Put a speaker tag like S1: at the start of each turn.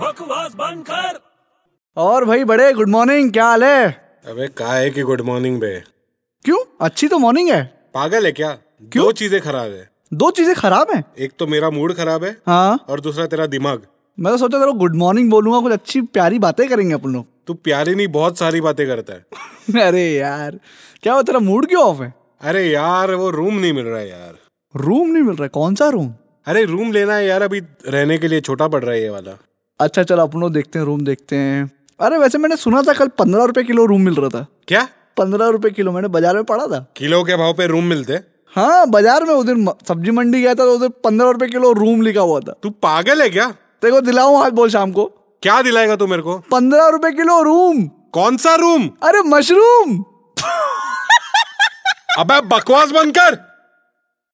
S1: बकवास बंद कर
S2: और भाई बड़े गुड मॉर्निंग क्या हाल है
S3: अबे कहा है कि गुड मॉर्निंग बे
S2: क्यों अच्छी तो मॉर्निंग है
S3: पागल है क्या
S2: क्यों?
S3: दो चीजें खराब है
S2: दो चीजें खराब हैं
S3: एक तो मेरा मूड खराब है
S2: हाँ
S3: और दूसरा तेरा दिमाग
S2: मैं तो सोचा तेरे गुड मॉर्निंग बोलूंगा कुछ अच्छी प्यारी बातें करेंगे अपन लोग
S3: तू प्यारी नहीं बहुत सारी बातें करता है
S2: अरे यार क्या हुआ तेरा मूड क्यों ऑफ है
S3: अरे यार वो रूम नहीं मिल रहा है यार
S2: रूम नहीं मिल रहा है कौन सा रूम
S3: अरे रूम लेना है यार अभी रहने के लिए छोटा पड़ रहा है ये वाला
S2: अच्छा चलो अपन लोग देखते हैं रूम देखते हैं अरे वैसे मैंने सुना था कल पंद्रह रुपए किलो रूम मिल रहा था
S3: क्या
S2: पंद्रह रुपए किलो मैंने बाजार में पड़ा था
S3: किलो के भाव पे रूम मिलते हैं?
S2: हाँ बाजार में उस दिन म- सब्जी मंडी गया था तो उधर पंद्रह रुपए किलो रूम लिखा हुआ था
S3: तू पागल है क्या
S2: तेरे को दिलाऊं आज बोल शाम को
S3: क्या दिलाएगा तू मेरे को
S2: पंद्रह रुपए किलो रूम
S3: कौन सा रूम
S2: अरे मशरूम
S3: अबे बकवास बंद कर